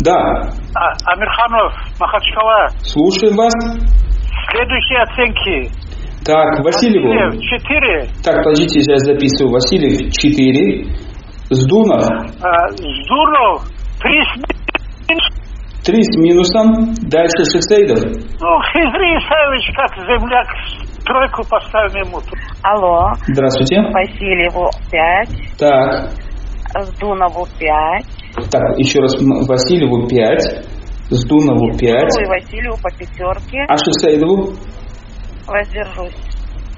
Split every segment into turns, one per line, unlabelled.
Да.
А, Амирханов, Махачкала,
Слушаем вас.
следующие оценки.
Так, Васильеву.
4,
Так, подождите, я записываю. Васильев 4. Сдунов
А, Здуров, 3
3 с минусом. Дальше Шексейдов.
Ну, Хизри Исаевич, как земляк, тройку поставим ему.
Алло,
Здравствуйте.
Васильеву 5,
Так,
Сдунову 5,
так, еще раз м, Васильеву 5. Сдунову 5.
и Васильеву по пятерке.
А Шексейдову
Воздержусь.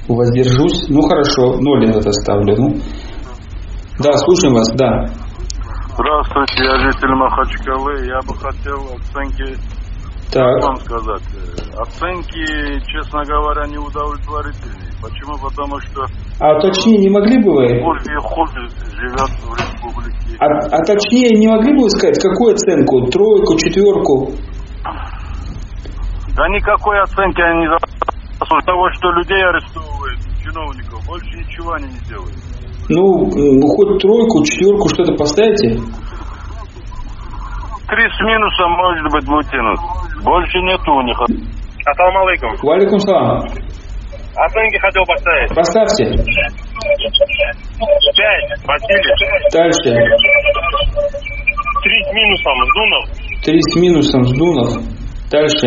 воздержусь. Ну хорошо, ноль это ставлю. Ну. Да, слушаем вас, да.
Здравствуйте, я житель Махачкалы. Я бы хотел оценки,
Так.
как вам сказать, э, оценки, честно говоря, неудовлетворительные. Почему? Потому что
А точнее не могли бы вы?
Ольги Хобби живет в республике.
А, а точнее не могли бы вы сказать, какую оценку? Тройку, четверку?
Да никакой оценки они не заслуживают того, что людей арестовывают, чиновников, больше ничего они не делают.
Ну, м, хоть тройку, четверку, что-то поставите?
Три с минусом, может быть, вытянут. Больше нету у них.
Ассаламу алейкум.
Валикум салам.
Оценки хотел поставить.
Поставьте.
Пять. Василий.
Дальше.
Три с минусом. Зунов.
Три с минусом, Сдунов. Дальше.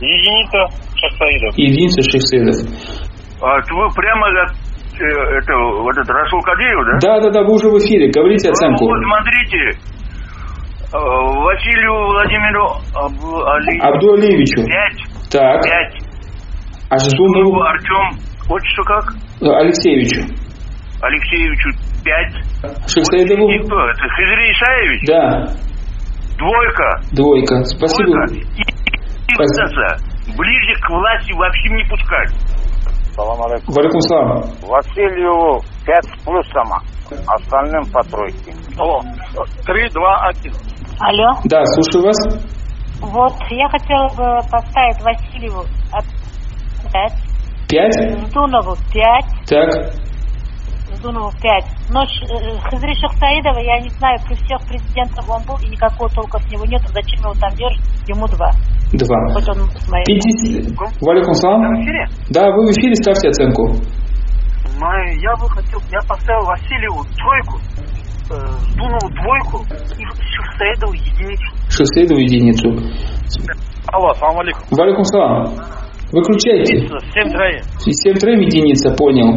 Единица. Шахсаидов.
Единица Шехсейдов.
А вы прямо э, это, вот этот Расул Кадеев, Ну,
Да, да, да, вы уже в эфире. Говорите оценку.
Вот смотрите, э, Василию Владимиру Абу- Али
Абду Алиевичу.
5,
Так.
5,
А
Ну,
Ждунову Ну,
Артем, отчество как?
Алексеевичу.
Алексеевичу 5.
Шехсейдову.
И кто? Это Хизри Исаевич?
Да,
Двойка.
двойка. Спасибо.
Двойка. И, и вот это, ближе к власти вообще не пускать.
Салам алейкум.
Валикум салам.
Василию 5 с плюсом, остальным по тройке.
Алло. Три, два, один.
Алло.
Да, слушаю вас.
Вот я хотела бы поставить Васильеву от 5,
Пять.
Ждунову 5,
Так.
Ждунову 5. Но Ш- э, Хазри Шахсаидова, я не знаю, при всех президентах он был, и никакого толка с него нет, зачем его там держат, ему два.
Два.
Вот он с моей...
Пятьдесят. Валикум салам. Да, вы в эфире, ставьте оценку.
я бы хотел, я поставил Васильеву тройку, э, Дунову двойку и Шахсаидову единицу.
Шехсейдову единицу.
Алло, салам алейкум.
Валикум салам. Выключайте.
Семь, троих.
И Семь трем единица, понял.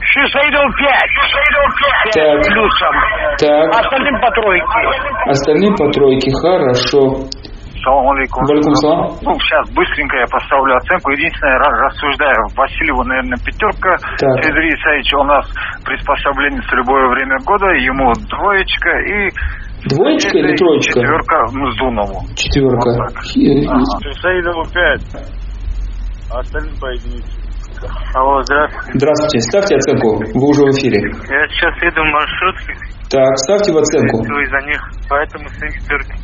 Шахсаидову пять. Шахсаидову пять.
Так.
С плюсом.
Так.
Остальным по тройке.
Остальные по тройке. Хорошо.
Салам алейкум.
Валикум салам.
Ну, сейчас быстренько я поставлю оценку. Единственное, ра- рассуждаю, Васильеву, наверное, пятерка.
Так.
Федорий Исаевич у нас приспособленец в любое время года. Ему двоечка и...
Двоечка или
и
троечка?
Четверка ну, Зунову.
Четверка. э,
Шейдову пять. а Остальным по единице. Алло, здравствуйте.
Здравствуйте. Ставьте оценку. Вы уже в эфире.
Я сейчас еду в маршрутке,
Так, ставьте в оценку.
из-за них, поэтому семь пятерки.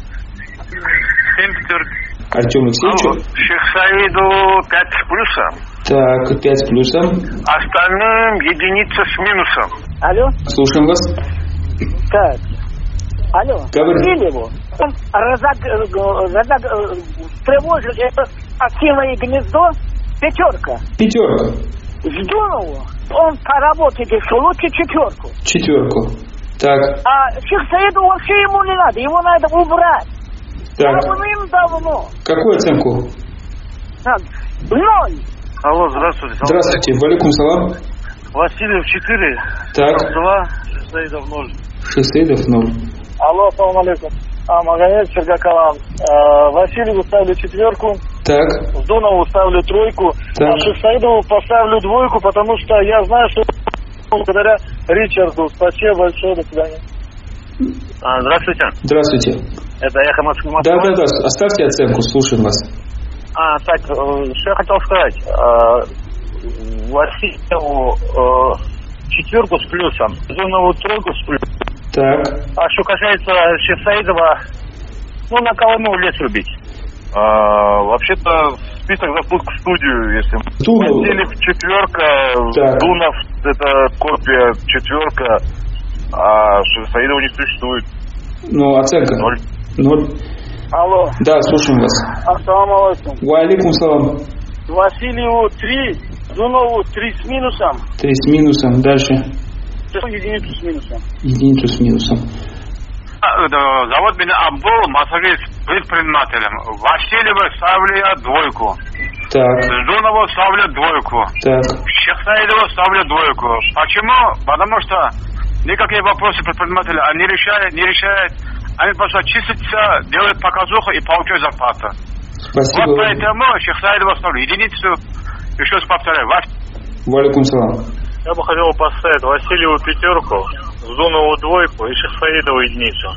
Семь пятерки.
Артем Алексеевичу.
Шехсаиду пять с плюсом,
Так, пять с плюсом.
остальным единица с минусом.
Алло,
Слушаем вас.
так. Алло,
Говори.
Васильеву. Он разог... э, разог... э, тревожил это акиловое гнездо пятерка.
Пятерка.
Здорово. Он поработает еще лучше четверку.
Четверку. Так,
А Шихсаиду вообще ему не надо. Его надо убрать.
так.
Давным-давно.
Какую оценку?
Так, Ноль.
Алло, здравствуйте.
Здравствуйте. Валикум салам.
Васильев 4,
Так,
2, Шехсаидов 0.
Шестейдов ноль.
Алло, салам алейкум. А, Магомед Сергакалан. Э, Васильеву ставлю четверку,
Так,
Здунову ставлю тройку,
Так.
а Шахсаидову поставлю двойку, потому что я знаю, что благодаря Ричарду. Спасибо большое, до свидания.
А, здравствуйте,
здравствуйте.
это Эхо Москвы.
Да, да, да, оставьте оценку, слушаем вас.
А, так, э, что я хотел сказать. Э, Васильеву э, четверку с плюсом, Зунову тройку с плюсом.
Так,
А что касается Шевсаидова, ну, на кого ему лес рубить? А, вообще-то список запуск в студию, если...
Дунов.
Васильев четверка,
Так.
Дунов это копия четверка, а Шевсаидова не существует.
ну, оценка.
Ноль.
Ноль.
Алло,
Да, слушаем вас.
ассаламу алейкум.
Валикум салам.
Васильеву 3, Дунову 3 с минусом,
Три с минусом. Дальше.
единицу с минусом.
Единицу с минусом.
Зовут А, меня а Абдул Масавич, предпринимателем. Васильева ставлю я двойку.
Так,
Ждунова ставлю двойку.
так.
Шахсаидова ставлю двойку. Почему? Потому что никакие вопросы предпринимателя они решают, не решают. Они просто чистятся, делают показуху и получают зарплату. Вот
Спасибо.
поэтому Шахсаидова ставлю единицу. Еще раз повторяю, Вас-
Валикум салам.
Я бы хотел поставить Васильеву пятерку, Зунову двойку и Шахсаидову единицу.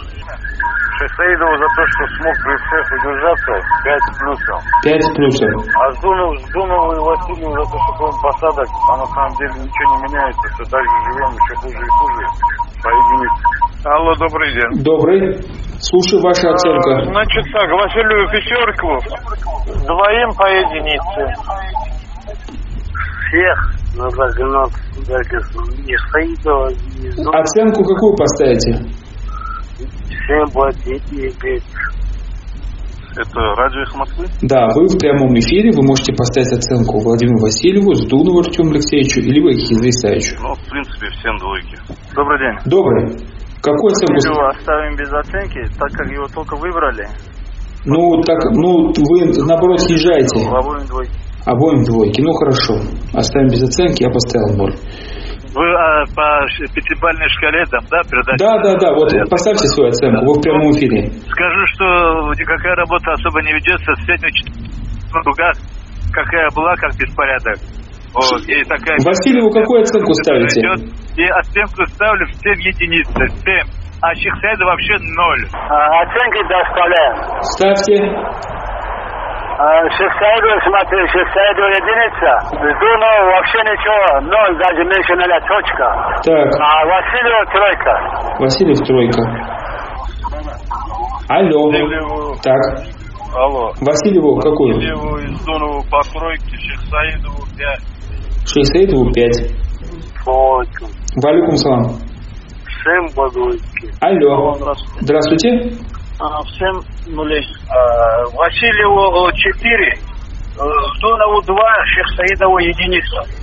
Шесаидову за то, что смог при всех удержаться, 5 плюсов.
Пять с плюсом.
А Зунов, Зунову и Васильеву за то, что он посадок, а на самом деле ничего не меняется, все так же живем, еще хуже и хуже. По единице.
Алло, добрый день.
Добрый. Слушаю ваша оценка.
Значит так, Василию Пятерку
Двоим по единице. Всех на загнал и Шахсаидова, и
Оценку какую поставите?
А-
Всем платить и петь.
Это радио из Москвы?
Да, вы в прямом эфире, вы можете поставить оценку Владимиру Васильеву, Сдунову Артему Алексеевичу или Вахиду Исаевичу.
Ну, в принципе, всем двойки. Добрый день.
Добрый. Какую оценку? ст-
оставим без оценки, так как его только выбрали.
Ну, так, ну, вы наоборот снижаете
Обоим двойки.
обоим двойки. Ну, хорошо. Оставим без оценки, я поставил ноль.
Вы а, по ш- пятибалльной шкале там, да, передача?
Да, да, да, вот поставьте свою оценку, вы в прямом эфире.
Скажу, что никакая работа особо не ведется, средняя четверка в руках, какая была, как беспорядок. Вот, и такая...
Васильеву какую оценку ставите?
Идет, и оценку ставлю в 7 единиц, 7. А Чехсайда вообще ноль.
Оценки доставляем.
Ставьте.
А,
Шестайду, смотри, шестайду единица.
ну,
Думаю, вообще ничего, ноль, даже меньше нуля, точка.
Так,
А Васильева тройка.
Васильев тройка. Алло. Так,
Алло.
Васильеву какую?
Леву из Донова по тройке, Шехсаидову 5.
Шейсаидову пять.
Точно.
Валюкум салам.
Всем по двойке.
Алло. Здравствуйте.
А, всем нулей. Э, Васильеву 4, Дунову 2, Шехсаидову единица.